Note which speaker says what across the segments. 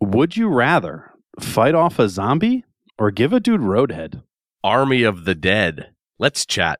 Speaker 1: Would you rather fight off a zombie or give a dude roadhead?
Speaker 2: Army of the Dead. Let's chat.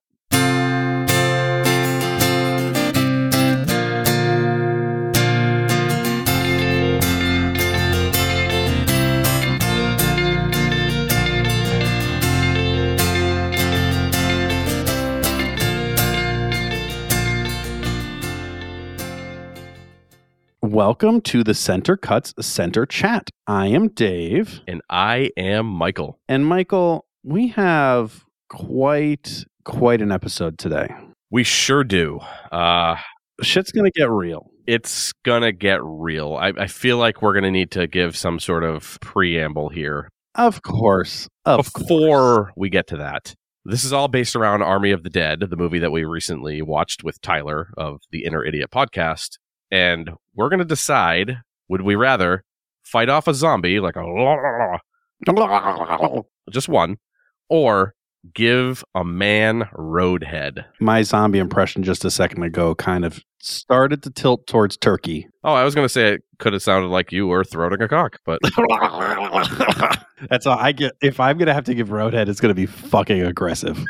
Speaker 1: Welcome to the Center Cuts Center Chat. I am Dave.
Speaker 2: And I am Michael.
Speaker 1: And Michael, we have quite quite an episode today.
Speaker 2: We sure do. Uh,
Speaker 1: Shit's gonna get real.
Speaker 2: it's gonna get real. I, I feel like we're gonna need to give some sort of preamble here
Speaker 1: Of course. Of course.
Speaker 2: before we get to that. This is all based around Army of the Dead, the movie that we recently watched with Tyler of the Inner Idiot podcast. And we're gonna decide would we rather fight off a zombie like a just one, or give a man roadhead.
Speaker 1: My zombie impression just a second ago kind of started to tilt towards turkey.
Speaker 2: Oh, I was going to say it could have sounded like you were throating a cock, but
Speaker 1: That's all I get. If I'm gonna have to give roadhead, it's gonna be fucking aggressive.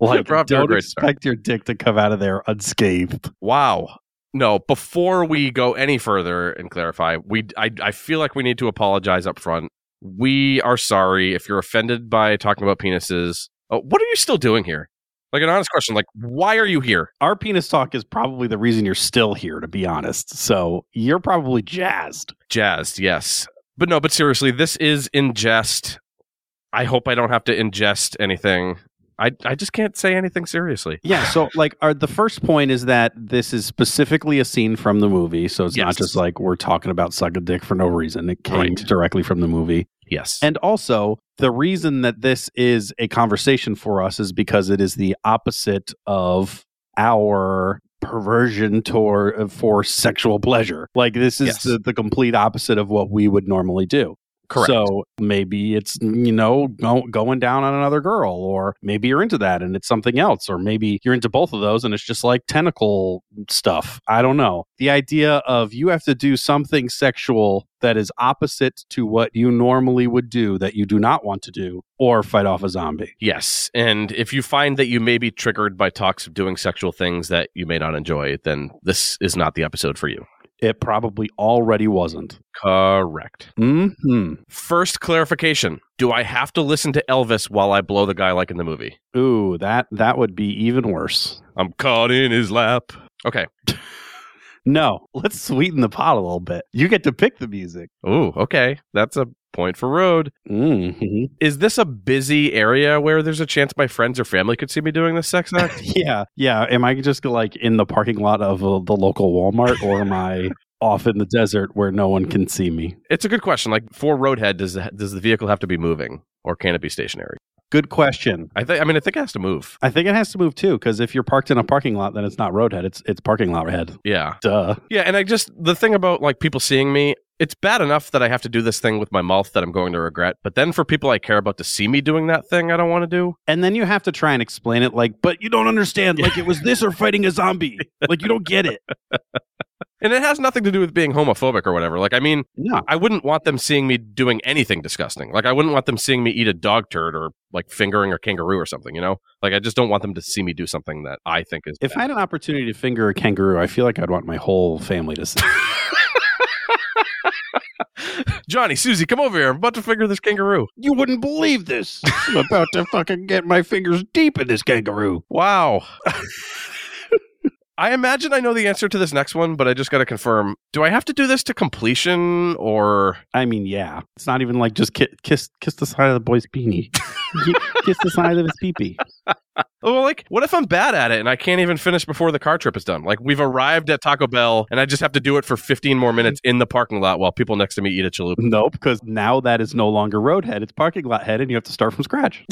Speaker 1: like,
Speaker 2: We're off to a
Speaker 1: don't
Speaker 2: great
Speaker 1: expect
Speaker 2: start.
Speaker 1: your dick to come out of there unscathed.
Speaker 2: wow. No, before we go any further and clarify, we I, I feel like we need to apologize up front. We are sorry if you're offended by talking about penises. Oh, what are you still doing here? Like an honest question, like why are you here?
Speaker 1: Our penis talk is probably the reason you're still here, to be honest. So you're probably jazzed.
Speaker 2: Jazzed, yes. But no, but seriously, this is ingest. I hope I don't have to ingest anything. I I just can't say anything seriously.
Speaker 1: Yeah. So, like, our, the first point is that this is specifically a scene from the movie. So it's not
Speaker 2: Yes.
Speaker 1: just like we're talking about suck a dick for no reason. It came
Speaker 2: Right.
Speaker 1: directly from the movie.
Speaker 2: Yes.
Speaker 1: And also, the reason that this is a conversation for us is because it is the opposite of our perversion toward for sexual pleasure. Like this is
Speaker 2: Yes.
Speaker 1: the, the complete opposite of what we would normally do.
Speaker 2: Correct.
Speaker 1: So maybe it's you know go, going down on another girl, or maybe you're into that and it's something else, or maybe you're into both of those and it's just like tentacle stuff. I don't know. The idea of you have to do something sexual that is opposite to what you normally would do that you do not want to do, or fight off a zombie.
Speaker 2: Yes. And if you find that you may be triggered by talks of doing sexual things that you may not enjoy, then this is not the episode for you.
Speaker 1: It probably already wasn't.
Speaker 2: Correct.
Speaker 1: Hmm.
Speaker 2: First clarification Do I have to listen to Elvis while I blow the guy like in the movie?
Speaker 1: Ooh, that that would be even worse.
Speaker 2: I'm caught in his lap. Okay.
Speaker 1: No, let's sweeten the pot a little bit. You get to pick the music.
Speaker 2: Ooh, okay. That's a point for road.
Speaker 1: hmm
Speaker 2: Is this a busy area where there's a chance my friends or family could see me doing this sex act?
Speaker 1: Yeah, yeah. Am I just like in the parking lot of uh, the local Walmart, or am I off in the desert where no one can see me?
Speaker 2: it's a good question. Like for roadhead, does the, does the vehicle have to be moving or can it be stationary?
Speaker 1: Good question.
Speaker 2: I think. I mean, I think it has to move.
Speaker 1: I think it has to move too, because if you're parked in a parking lot, then it's not roadhead; it's it's parking lot head.
Speaker 2: Yeah.
Speaker 1: Duh.
Speaker 2: Yeah, and I just the thing about like people seeing me, it's bad enough that I have to do this thing with my mouth that I'm going to regret, but then for people I care about to see me doing that thing I don't want to do.
Speaker 1: And then you have to try and explain it, like, but you don't understand. Like it was this or fighting a zombie. Like you don't get it.
Speaker 2: And it has nothing to do with being homophobic or whatever. Like I mean,
Speaker 1: No.
Speaker 2: I wouldn't want them seeing me doing anything disgusting. Like I wouldn't want them seeing me eat a dog turd or like fingering a kangaroo or something, you know? Like I just don't want them to see me do something that I think is
Speaker 1: If I had an opportunity to finger a kangaroo, I feel like I'd want my whole family to see.
Speaker 2: Johnny, Susie, come over here. I'm about to finger this kangaroo.
Speaker 1: you wouldn't believe this. I'm about to fucking get my fingers deep in this kangaroo.
Speaker 2: Wow. I imagine I know the answer to this next one, but I just got to confirm. Do I have to do this to completion or
Speaker 1: I mean, yeah. It's not even like just ki- kiss kiss the side of the boy's beanie. Ki- kiss the side of his peepee.
Speaker 2: well like what if I'm bad at it and I can't even finish before the car trip is done? Like we've arrived at Taco Bell and I just have to do it for 15 more minutes in the parking lot while people next to me eat a chalupa.
Speaker 1: Nope, because now that is no longer roadhead. It's parking lot head, and you have to start from scratch.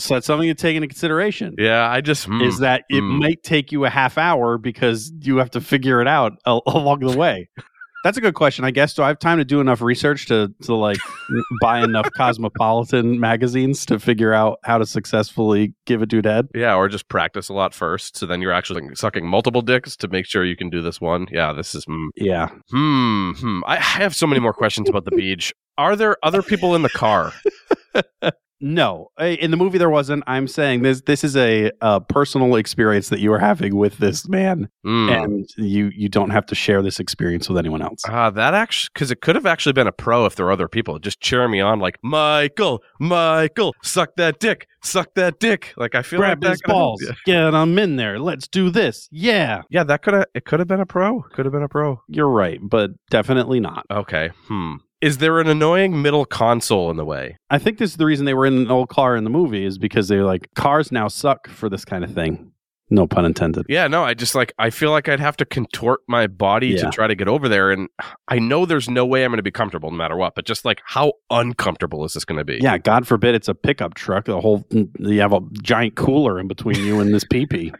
Speaker 1: so that's something to take into consideration.
Speaker 2: Yeah, I just mm.
Speaker 1: Is that it
Speaker 2: Mm.
Speaker 1: might take you a half hour because you have to figure it out a- along the way. That's a good question. I guess do I have time to do enough research to to like buy enough cosmopolitan magazines to figure out how to successfully give a dude head?
Speaker 2: Yeah, or just practice a lot first. So then you're actually sucking multiple dicks to make sure you can do this one. Yeah, this is. Mm,
Speaker 1: Yeah.
Speaker 2: hmm. hmm. I I have so many more questions about the beach. Are there other people in the car?
Speaker 1: No, I- in the movie there wasn't. I'm saying this this is a, uh personal experience that you are having with this man,
Speaker 2: Hmm.
Speaker 1: and you you don't have to share this experience with anyone else.
Speaker 2: Ah, that actually, because it could have actually been a pro if there were other people just cheering me on, like Michael, Michael, suck that dick, suck that dick. Like I feel
Speaker 1: Grab
Speaker 2: like
Speaker 1: his
Speaker 2: that could've-
Speaker 1: balls,
Speaker 2: Yeah.
Speaker 1: get him in there. Let's do this. Yeah,
Speaker 2: Yeah, that could have. It could have been a pro. Could have been a pro.
Speaker 1: you're right, but definitely not.
Speaker 2: Okay. Hmm. Is there an annoying middle console in the way?
Speaker 1: I think this is the reason they were in an old car in the movie is because they're like cars now suck for this kind of thing. No pun intended.
Speaker 2: Yeah. No. I just like. I feel like I'd have to contort my body to
Speaker 1: Yeah.
Speaker 2: try to get over there, and I know there's no way I'm going to be comfortable no matter what. But just like, how uncomfortable is this going to be?
Speaker 1: Yeah, God forbid it's a pickup truck. The whole mm, you have a giant cooler in between you and this peepee.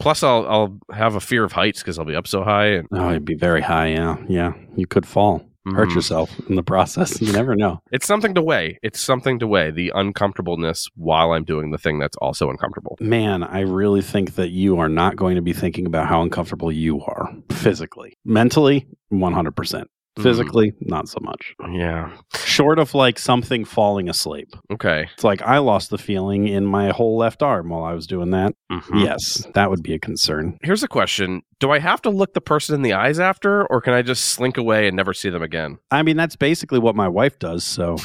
Speaker 2: Plus, I'll I'll have a fear of heights because I'll be up so high and
Speaker 1: Oh, it'd be very high. Yeah, yeah. You could fall, hurt
Speaker 2: Mhm.
Speaker 1: yourself in the process. You never know.
Speaker 2: It's something to weigh. It's something to weigh the uncomfortableness while I'm doing the thing that's also uncomfortable.
Speaker 1: Man, I really think that you are not going to be thinking about how uncomfortable you are physically, mentally, one hundred percent. Physically, not so much.
Speaker 2: Mm, yeah.
Speaker 1: Short of like something falling asleep.
Speaker 2: Okay.
Speaker 1: It's like I lost the feeling in my whole left arm while I was doing that.
Speaker 2: Mhm.
Speaker 1: Yes, that would be a concern.
Speaker 2: Here's a question Do I have to look the person in the eyes after, or can I just slink away and never see them again?
Speaker 1: I mean, that's basically what my wife does. So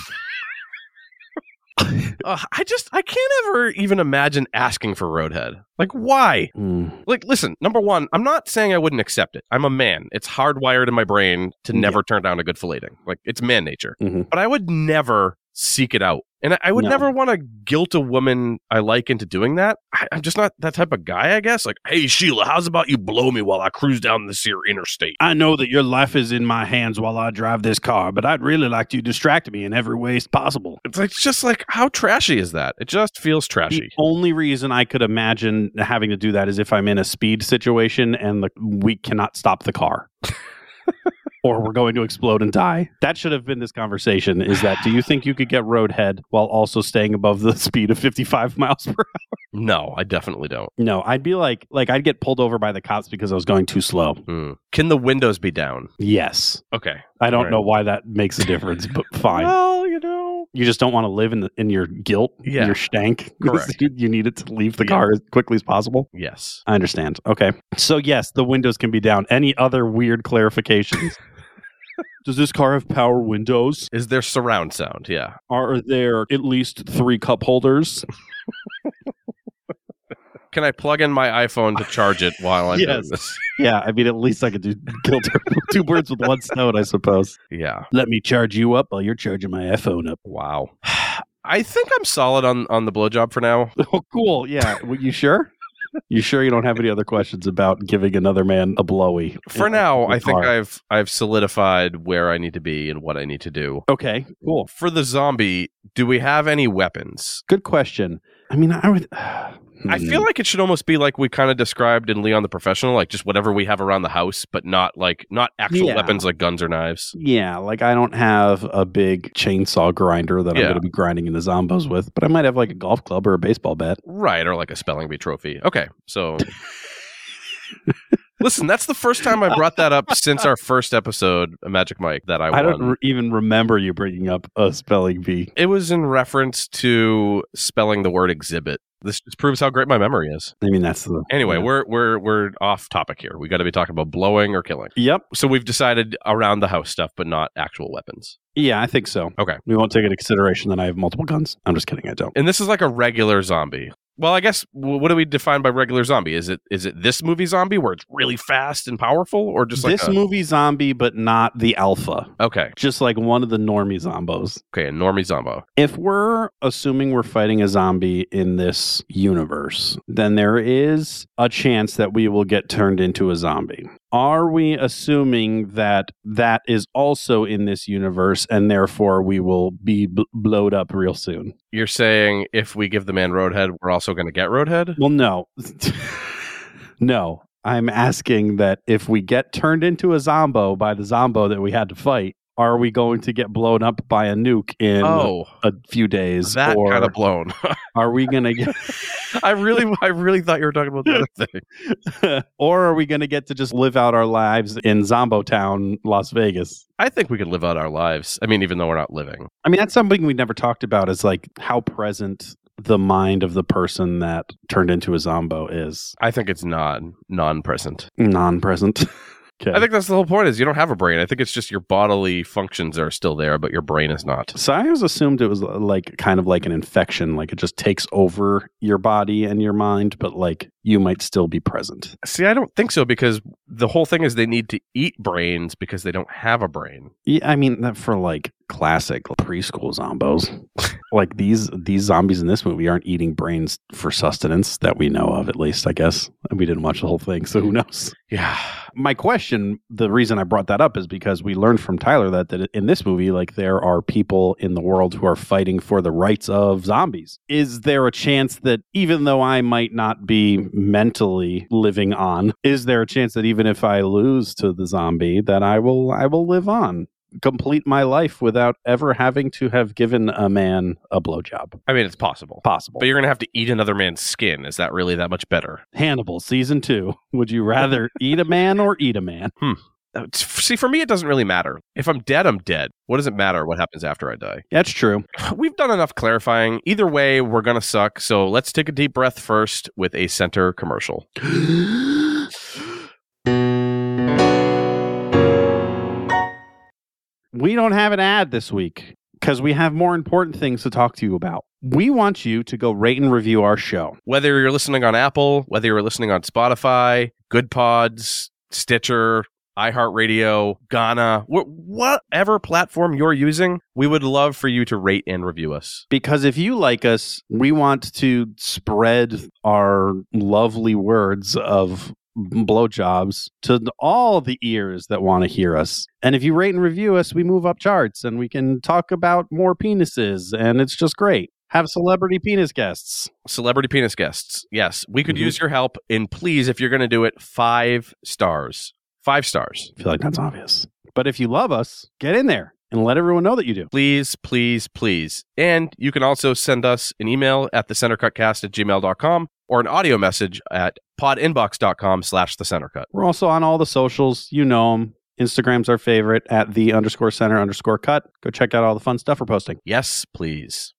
Speaker 2: Ugh, Uh, I just, I can't ever even imagine asking for Roadhead. Like, why?
Speaker 1: mm,
Speaker 2: Like, listen, number one, I'm not saying I wouldn't accept it. I'm a man. It's hardwired in my brain to
Speaker 1: Yeah.
Speaker 2: never turn down a good filleting. Like, it's man nature.
Speaker 1: Mhm.
Speaker 2: But I would never seek it out. And I- I would
Speaker 1: No.
Speaker 2: never want to guilt a woman I like into doing that. I, I'm just not that type of guy, I guess. Like, hey, Sheila, how's about you blow me while I cruise down this here interstate?
Speaker 1: I know that your life is in my hands while I drive this car, but I'd really like to distract me in every way possible.
Speaker 2: It's like, just like, how trashy is that? It just feels
Speaker 1: The
Speaker 2: trashy.
Speaker 1: only reason I could imagine having to do that is if I'm in a speed situation and the, we cannot stop the car. or we're going to explode and die. That should have been this conversation is that do you think you could get roadhead while also staying above the speed of 55 miles per
Speaker 2: No, I definitely don't.
Speaker 1: No, I'd be like, like I'd get pulled over by the cops because I was going too slow.
Speaker 2: Hmm. Can the windows be down?
Speaker 1: Yes,
Speaker 2: Okay.
Speaker 1: I don't
Speaker 2: Right.
Speaker 1: know why that makes a difference, but fine.
Speaker 2: Well, you know.
Speaker 1: You just don't want to live in the, in your guilt,
Speaker 2: Yeah.
Speaker 1: your stank.
Speaker 2: Correct.
Speaker 1: you, you need it to leave the
Speaker 2: Yeah.
Speaker 1: car as quickly as possible.
Speaker 2: Yes.
Speaker 1: I understand. Okay, so yes, the windows can be down. Any other weird clarifications? Does this car have power windows?
Speaker 2: Is there surround sound? Yeah.
Speaker 1: Are there at least three cup holders?
Speaker 2: Can I plug in my iPhone to charge it while I'm
Speaker 1: Yes.
Speaker 2: doing this?
Speaker 1: yeah, I mean, at least I could do kill two- two birds with one stone, I suppose.
Speaker 2: Yeah.
Speaker 1: Let me charge you up while you're charging my iPhone up.
Speaker 2: Wow. I think I'm solid on on the blowjob for now.
Speaker 1: Oh, cool. Yeah. Well, you sure? You sure you don't have any other questions about giving another man a blowy?
Speaker 2: For now, I think
Speaker 1: Car.
Speaker 2: I've I've solidified where I need to be and what I need to do.
Speaker 1: Okay. Cool.
Speaker 2: For the zombie, do we have any weapons?
Speaker 1: Good question. I mean, I would.
Speaker 2: I
Speaker 1: Mm-hmm.
Speaker 2: feel like it should almost be like we kind of described in Leon the Professional, like just whatever we have around the house, but not like not actual
Speaker 1: Yeah.
Speaker 2: weapons like guns or knives.
Speaker 1: Yeah, like I don't have a big chainsaw grinder that I'm
Speaker 2: Yeah.
Speaker 1: going to be grinding into zombos with, but I might have like a golf club or a baseball bat.
Speaker 2: Right, or like a spelling bee trophy. Okay, so Listen, that's the first time I brought that up since our first episode, Magic Mike, that I,
Speaker 1: I,
Speaker 2: won.
Speaker 1: don't re- even remember you bringing up a spelling bee.
Speaker 2: It was in reference to spelling the word exhibit. This just proves how great my memory is.
Speaker 1: I mean, that's the
Speaker 2: Anyway,
Speaker 1: yeah.
Speaker 2: we're we're we're off topic here. We got to be talking about blowing or killing.
Speaker 1: Yep.
Speaker 2: So we've decided around the house stuff, but not actual weapons.
Speaker 1: Yeah, I think so.
Speaker 2: Okay.
Speaker 1: We won't take into consideration that I have multiple guns. I'm just kidding. I don't.
Speaker 2: And this is like a regular zombie. Well, I guess w- what do we define by regular zombie? Is it is it this movie zombie where it's really fast and powerful, or just like
Speaker 1: this
Speaker 2: a-
Speaker 1: movie zombie, but not the alpha.
Speaker 2: okay,
Speaker 1: just like one of the normie zombos.
Speaker 2: okay, a normie zombo?
Speaker 1: If we're assuming we're fighting a zombie in this universe, then there is a chance that we will get turned into a zombie. Are we assuming that that is also in this universe and therefore we will be bl- blowed up real soon?
Speaker 2: You're saying if we give the man roadhead, we're also going to get roadhead?
Speaker 1: Well, no. no. I'm asking that if we get turned into a zombo by the zombo that we had to fight, are we going to get blown up by a nuke in
Speaker 2: oh,
Speaker 1: a few days?
Speaker 2: that
Speaker 1: or
Speaker 2: kind of blown.
Speaker 1: are we gonna get
Speaker 2: I really, I really thought you were talking about the other thing.
Speaker 1: or are we gonna get to just live out our lives in Zombo Town, Las Vegas?
Speaker 2: I think we could live out our lives. I mean, even though we're not living.
Speaker 1: I mean, that's something we never talked about is like how present the mind of the person that turned into a zombo is
Speaker 2: I think it's non non-present.
Speaker 1: non-present. okay.
Speaker 2: I think that's the whole point. Is you don't have a brain. I think it's just your bodily functions are still there, but your brain is not.
Speaker 1: so I always assumed it was uh, like kind of like an infection, like it just takes over your body and your mind, but like you might still be present.
Speaker 2: See, I don't think so because the whole thing is they need to eat brains because they don't have a brain.
Speaker 1: Yeah, I mean that for like classic preschool zombos. like these these zombies in this movie aren't eating brains for sustenance that we know of, at least, I guess. And we didn't watch the whole thing, so who knows?
Speaker 2: Yeah.
Speaker 1: My question, the reason I brought that up is because we learned from Tyler that, that in this movie, like there are people in the world who are fighting for the rights of zombies. Is there a chance that even though I might not be mentally living on, is there a chance that even if I lose to the zombie, that I will I will live on? Complete my life without ever having to have given a man a blowjob.
Speaker 2: I mean, it's possible.
Speaker 1: Possible.
Speaker 2: But you're going to have to eat another man's skin. Is that really that much better?
Speaker 1: Hannibal, season two. Would you rather eat a man or eat a man?
Speaker 2: Uh, it's- See, for me, it doesn't really matter. If I'm dead, I'm dead. What does it matter what happens after I die?
Speaker 1: That's true.
Speaker 2: We've done enough clarifying. Either way, we're going to suck. So let's take a deep breath first with a center commercial.
Speaker 1: We don't have an ad this week because we have more important things to talk to you about. We want you to go rate and review our show.
Speaker 2: Whether you're listening on Apple, whether you're listening on Spotify, Good Pods, Stitcher, iHeartRadio, Ghana, wh- whatever platform you're using, we would love for you to rate and review us.
Speaker 1: Because if you like us, we want to spread our lovely words of blowjobs to all the ears that want to hear us. And if you rate and review us, we move up charts and we can talk about more penises, and it's just great. Have celebrity penis guests.
Speaker 2: Celebrity penis guests. Yes, we could
Speaker 1: Mhm.
Speaker 2: use your help. And please, if you're going to do it, five stars. Five stars.
Speaker 1: I feel like that's obvious. But if you love us, get in there and let everyone know that you do.
Speaker 2: Please, please, please. And you can also send us an email at thecentercutcast at gmail.com or an audio message at podinbox.com slash thecentercut.
Speaker 1: We're also on all the socials. You know them. Instagram's our favorite at the underscore center underscore cut. Go check out all the fun stuff we're posting.
Speaker 2: Yes, please.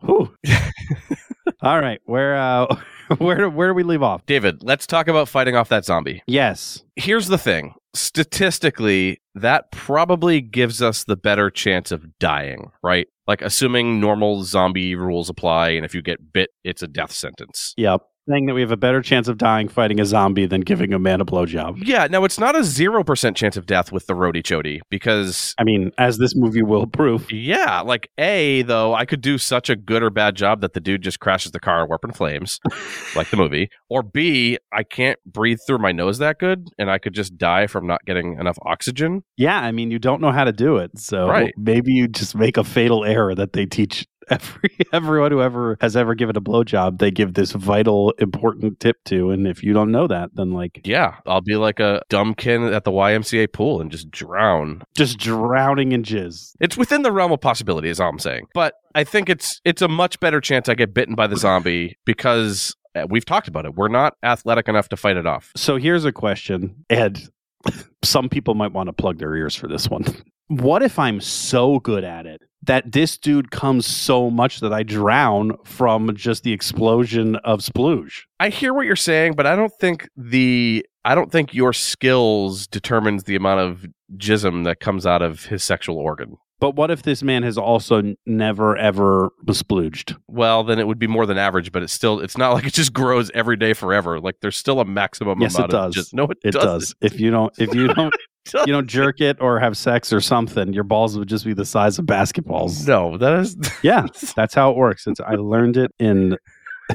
Speaker 1: Whew. all right. Where, uh, where, do- where do we leave off?
Speaker 2: David, let's talk about fighting off that zombie.
Speaker 1: Yes.
Speaker 2: Here's the thing statistically, that probably gives us the better chance of dying, right? Like, assuming normal zombie rules apply, and if you get bit, it's a death sentence.
Speaker 1: Yep. Saying that we have a better chance of dying fighting a zombie than giving a man a blowjob.
Speaker 2: Yeah, now it's not a 0% chance of death with the roadie chody because
Speaker 1: I mean, as this movie will prove.
Speaker 2: Yeah, like A though, I could do such a good or bad job that the dude just crashes the car and warp in flames, like the movie. Or B, I can't breathe through my nose that good, and I could just die from not getting enough oxygen.
Speaker 1: Yeah. I mean, you don't know how to do it. So
Speaker 2: Right.
Speaker 1: maybe you just make a fatal error that they teach every everyone who ever has ever given a blowjob, they give this vital important tip to. And if you don't know that, then like
Speaker 2: Yeah, I'll be like a dumbkin at the YMCA pool and just drown.
Speaker 1: just drowning in jizz.
Speaker 2: It's within the realm of possibility, is all I'm saying. But I think it's it's a much better chance I get bitten by the zombie because uh, we've talked about it. We're not athletic enough to fight it off.
Speaker 1: So here's a question, and some people might want to plug their ears for this one. What if I'm so good at it that this dude comes so much that I drown from just the explosion of splooge?
Speaker 2: I hear what you're saying, but I don't think the I don't think your skills determines the amount of jism that comes out of his sexual organ.
Speaker 1: But what if this man has also n- never ever splooged?
Speaker 2: Well, then it would be more than average, but it's still it's not like it just grows every day forever. Like there's still a maximum
Speaker 1: Yes,
Speaker 2: amount
Speaker 1: it
Speaker 2: of
Speaker 1: does.
Speaker 2: jism. No, it,
Speaker 1: It
Speaker 2: doesn't.
Speaker 1: does. If you don't, if you don't,
Speaker 2: does.
Speaker 1: you don't jerk it or have sex or something, your balls would just be the size of basketballs.
Speaker 2: No, that is
Speaker 1: Yeah, that's how it works. It's, I learned it in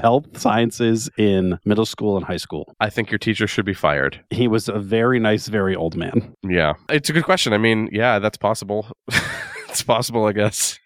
Speaker 1: health sciences in middle school and high school.
Speaker 2: I think your teacher should be fired.
Speaker 1: He was a very nice, very old man.
Speaker 2: Yeah. It's a good question. I mean, yeah, that's possible. it's possible, I guess.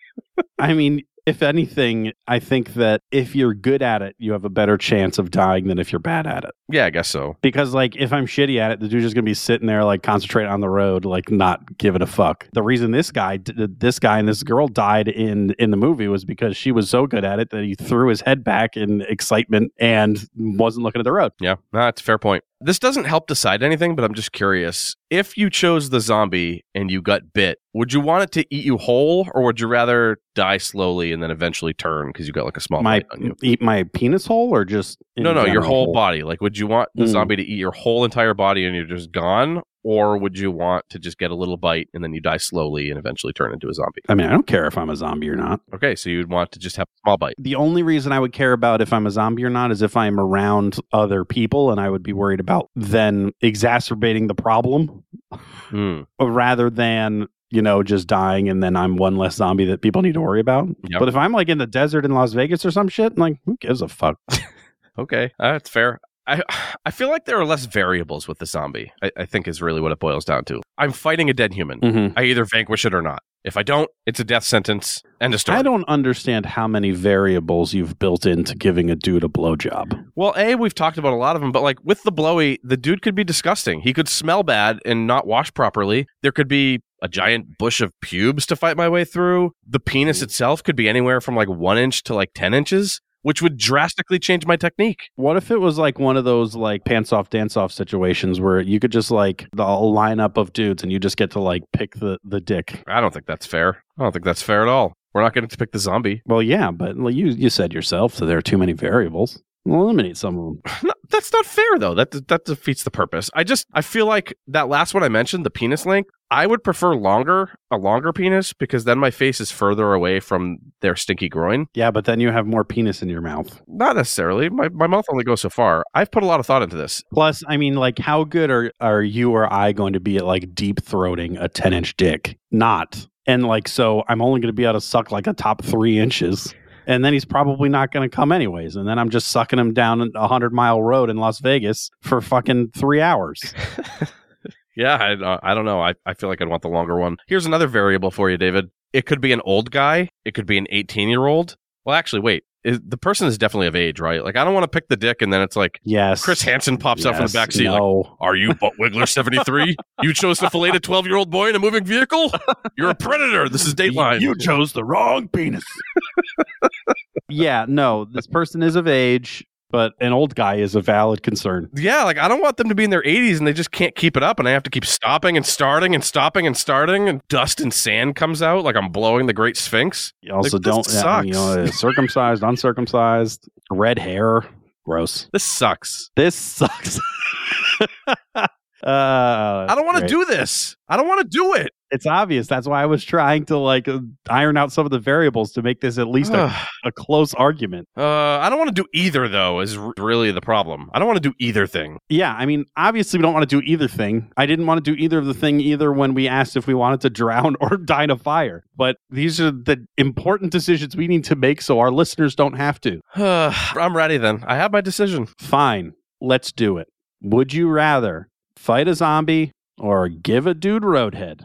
Speaker 1: I mean, if anything, I think that if you're good at it, you have a better chance of dying than if you're bad at it.
Speaker 2: Yeah, I guess so.
Speaker 1: Because like if I'm shitty at it, the dude's just gonna be sitting there like concentrating on the road, like not giving a fuck. The reason this guy, d- d- this guy and this girl died in in the movie was because she was so good at it that he threw his head back in excitement and wasn't looking at the road.
Speaker 2: Yeah, no, that's a fair point. This doesn't help decide anything, but I'm just curious. If you chose the zombie and you got bit, would you want it to eat you whole, or would you rather die slowly and then eventually turn because you got like a small
Speaker 1: My
Speaker 2: bite on you?
Speaker 1: eat my penis hole or just in
Speaker 2: No, no, your
Speaker 1: general?
Speaker 2: whole body. Like, would you want the
Speaker 1: Mm.
Speaker 2: zombie to eat your whole entire body and you're just gone? Or would you want to just get a little bite and then you die slowly and eventually turn into a zombie?
Speaker 1: I mean, I don't care if I'm a zombie or not.
Speaker 2: Okay, so you'd want to just have a small bite.
Speaker 1: The only reason I would care about if I'm a zombie or not is if I'm around other people and I would be worried about then exacerbating the problem
Speaker 2: Hmm.
Speaker 1: rather than you know just dying and then I'm one less zombie that people need to worry about.
Speaker 2: Yep.
Speaker 1: But if I'm like in the desert in Las Vegas or some shit, like who gives a fuck?
Speaker 2: Okay, uh, that's fair. I I feel like there are less variables with the zombie. I, I think is really what it boils down to. I'm fighting a dead human.
Speaker 1: Mm-hmm.
Speaker 2: I either vanquish it or not. If I don't, it's a death sentence. End of story.
Speaker 1: I don't understand how many variables you've built into giving a dude a blowjob.
Speaker 2: Well, A, we've talked about a lot of them, but like with the blowy, the dude could be disgusting. He could smell bad and not wash properly. There could be a giant bush of pubes to fight my way through. The
Speaker 1: Hmm.
Speaker 2: penis itself could be anywhere from like one inch to like 10 inches, which would drastically change my technique.
Speaker 1: What if it was like one of those like pants off dance off situations where you could just like the whole lineup of dudes and you just get to like pick the the dick?
Speaker 2: I don't think that's fair. I don't think that's fair at all. We're not going to pick the zombie.
Speaker 1: Well, yeah, but like, you you said yourself that there are too many variables. Eliminate some of them.
Speaker 2: No, that's not fair though. That that defeats the purpose. I just I feel like that last one I mentioned, the penis length. I would prefer longer, a longer penis, because then my face is further away from their stinky groin.
Speaker 1: Yeah, but then you have more penis in your mouth.
Speaker 2: Not necessarily. My my mouth only goes so far. I've put a lot of thought into this.
Speaker 1: Plus, I mean, like, how good are are you or I going to be at like deep throating a ten inch dick? Not. And like, so I'm only going to be able to suck like a top three inches, and then he's probably not going to come anyways. And then I'm just sucking him down a hundred mile road in Las Vegas for fucking three hours.
Speaker 2: Yeah, I, I don't know. I, I feel like I'd want the longer one. Here's another variable for you, David. It could be an old guy. It could be an 18 year old. Well, actually, wait. Is, the person is definitely of age, right? Like, I don't want to pick the dick and then it's like
Speaker 1: Yes,
Speaker 2: Chris Hansen pops up from the
Speaker 1: Yes.
Speaker 2: back seat. like,
Speaker 1: No,
Speaker 2: Are you Butt Wiggler 73? You chose to fillet a 12 year old boy in a moving vehicle? You're a predator. This is Dateline.
Speaker 1: You chose the wrong penis. yeah, no, this person is of age, but an old guy is a valid concern.
Speaker 2: yeah, like I don't want them to be in their 80s and they just can't keep it up. And I have to keep stopping and starting and stopping and starting. And dust and sand comes out like I'm blowing the Great Sphinx.
Speaker 1: You also
Speaker 2: Like, this
Speaker 1: don't, yeah, you
Speaker 2: sucks.
Speaker 1: know, uh, circumcised, uncircumcised, red hair, gross.
Speaker 2: This sucks.
Speaker 1: This sucks. Uh,
Speaker 2: I don't want to
Speaker 1: great.
Speaker 2: do this. I don't want to do it.
Speaker 1: It's obvious. That's why I was trying to like uh, iron out some of the variables to make this at least a,
Speaker 2: Ugh.
Speaker 1: a close argument.
Speaker 2: uh, I don't want to do either, though, is r- really the problem. I don't want to do either thing.
Speaker 1: Yeah, I mean, obviously we don't want to do either thing. I didn't want to do either of the thing either when we asked if we wanted to drown or die in a fire. But these are the important decisions we need to make so our listeners don't have to.
Speaker 2: I'm ready then. I have my decision.
Speaker 1: Fine, let's do it. Would you rather fight a zombie or give a dude roadhead?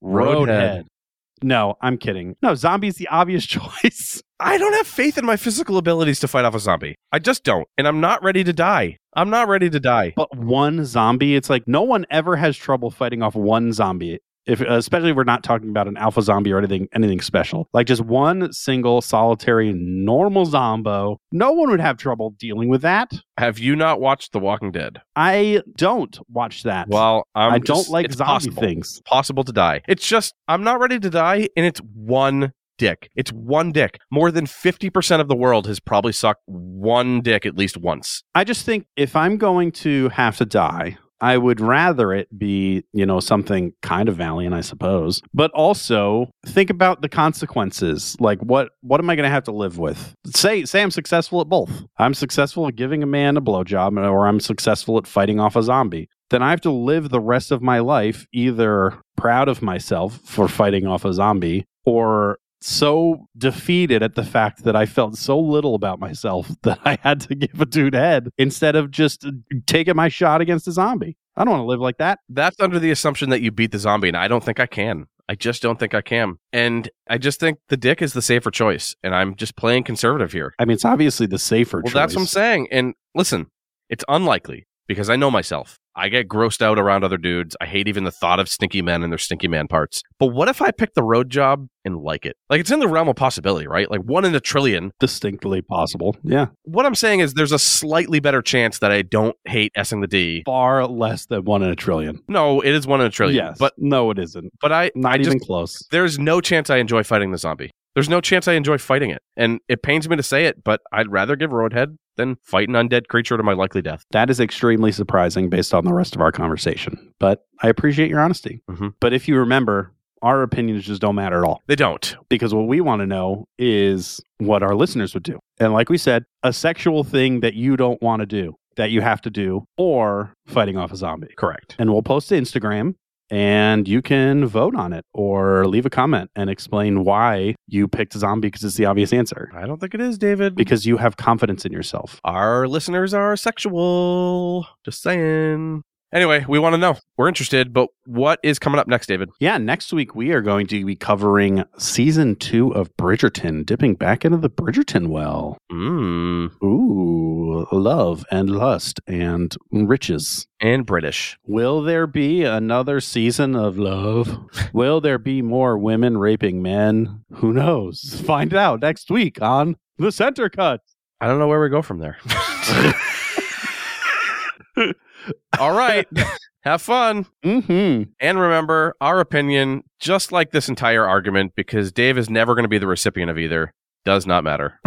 Speaker 1: No, I'm kidding. No, zombie's the obvious choice.
Speaker 2: I don't have faith in my physical abilities to fight off a zombie. I just don't. And I'm not ready to die. I'm not ready to die.
Speaker 1: But one zombie, it's like no one ever has trouble fighting off one zombie. If especially if we're not talking about an alpha zombie or anything anything special. Like just one single solitary normal zombo, no one would have trouble dealing with that.
Speaker 2: Have you not watched The Walking Dead?
Speaker 1: I don't watch that.
Speaker 2: Well, I'm
Speaker 1: I don't
Speaker 2: just-
Speaker 1: like
Speaker 2: it's
Speaker 1: zombie
Speaker 2: possible.
Speaker 1: things.
Speaker 2: Possible to die. It's just I'm not ready to die and it's one dick. It's one dick. More than 50% of the world has probably sucked one dick at least once.
Speaker 1: I just think if I'm going to have to die, I would rather it be, you know, something kind of valiant, I suppose. But also think about the consequences. Like what what am I gonna have to live with? Say say I'm successful at both. I'm successful at giving a man a blowjob or I'm successful at fighting off a zombie. Then I have to live the rest of my life either proud of myself for fighting off a zombie or so defeated at the fact that I felt so little about myself that I had to give a dude head instead of just taking my shot against a zombie. I don't want to live like that.
Speaker 2: That's under the assumption that you beat the zombie and I don't think I can. I just don't think I can. And I just think the dick is the safer choice. And I'm just playing conservative here.
Speaker 1: I mean, it's obviously the safer
Speaker 2: Well,
Speaker 1: choice.
Speaker 2: that's what I'm saying. And listen, it's unlikely because I know myself. I get grossed out around other dudes. I hate even the thought of stinky men and their stinky man parts. But what if I pick the road job and like it? Like it's in the realm of possibility, right? Like one in a trillion.
Speaker 1: Distinctly possible. Yeah.
Speaker 2: What I'm saying is there's a slightly better chance that I don't hate S and the D.
Speaker 1: Far less than one in a trillion.
Speaker 2: No, it is one in a trillion.
Speaker 1: Yes.
Speaker 2: But
Speaker 1: But no, it isn't.
Speaker 2: but I
Speaker 1: Not
Speaker 2: I
Speaker 1: even
Speaker 2: just
Speaker 1: close.
Speaker 2: there's no chance I enjoy fighting the zombie. There's no chance I enjoy fighting it. And it pains me to say it, but I'd rather give Roadhead than fight an undead creature to my likely death.
Speaker 1: That is extremely surprising based on the rest of our conversation. But I appreciate your honesty.
Speaker 2: Mhm.
Speaker 1: But if you remember, our opinions just don't matter at all.
Speaker 2: They don't.
Speaker 1: because what we want to know is what our listeners would do. And like we said, a sexual thing that you don't want to do, that you have to do, or fighting off a zombie.
Speaker 2: Correct.
Speaker 1: And we'll post to Instagram and you can vote on it or leave a comment and explain why you picked zombie because it's the obvious answer.
Speaker 2: I don't think it is, David.
Speaker 1: Because you have confidence in yourself.
Speaker 2: Our listeners are sexual. Just saying. Anyway, we want to know. We're interested, but what is coming up next, David?
Speaker 1: Yeah, next week we are going to be covering season two of Bridgerton, dipping back into the Bridgerton well. Mm.
Speaker 2: Mmm.
Speaker 1: Ooh, love and lust and riches.
Speaker 2: And British.
Speaker 1: Will there be another season of love? Will there be more women raping men? Who knows? Find out next week on The Center Cut.
Speaker 2: I don't know where we go from there. All right. Have fun.
Speaker 1: Mm-hmm.
Speaker 2: And remember, our opinion, just like this entire argument, because Dave is never going to be the recipient of either, does not matter.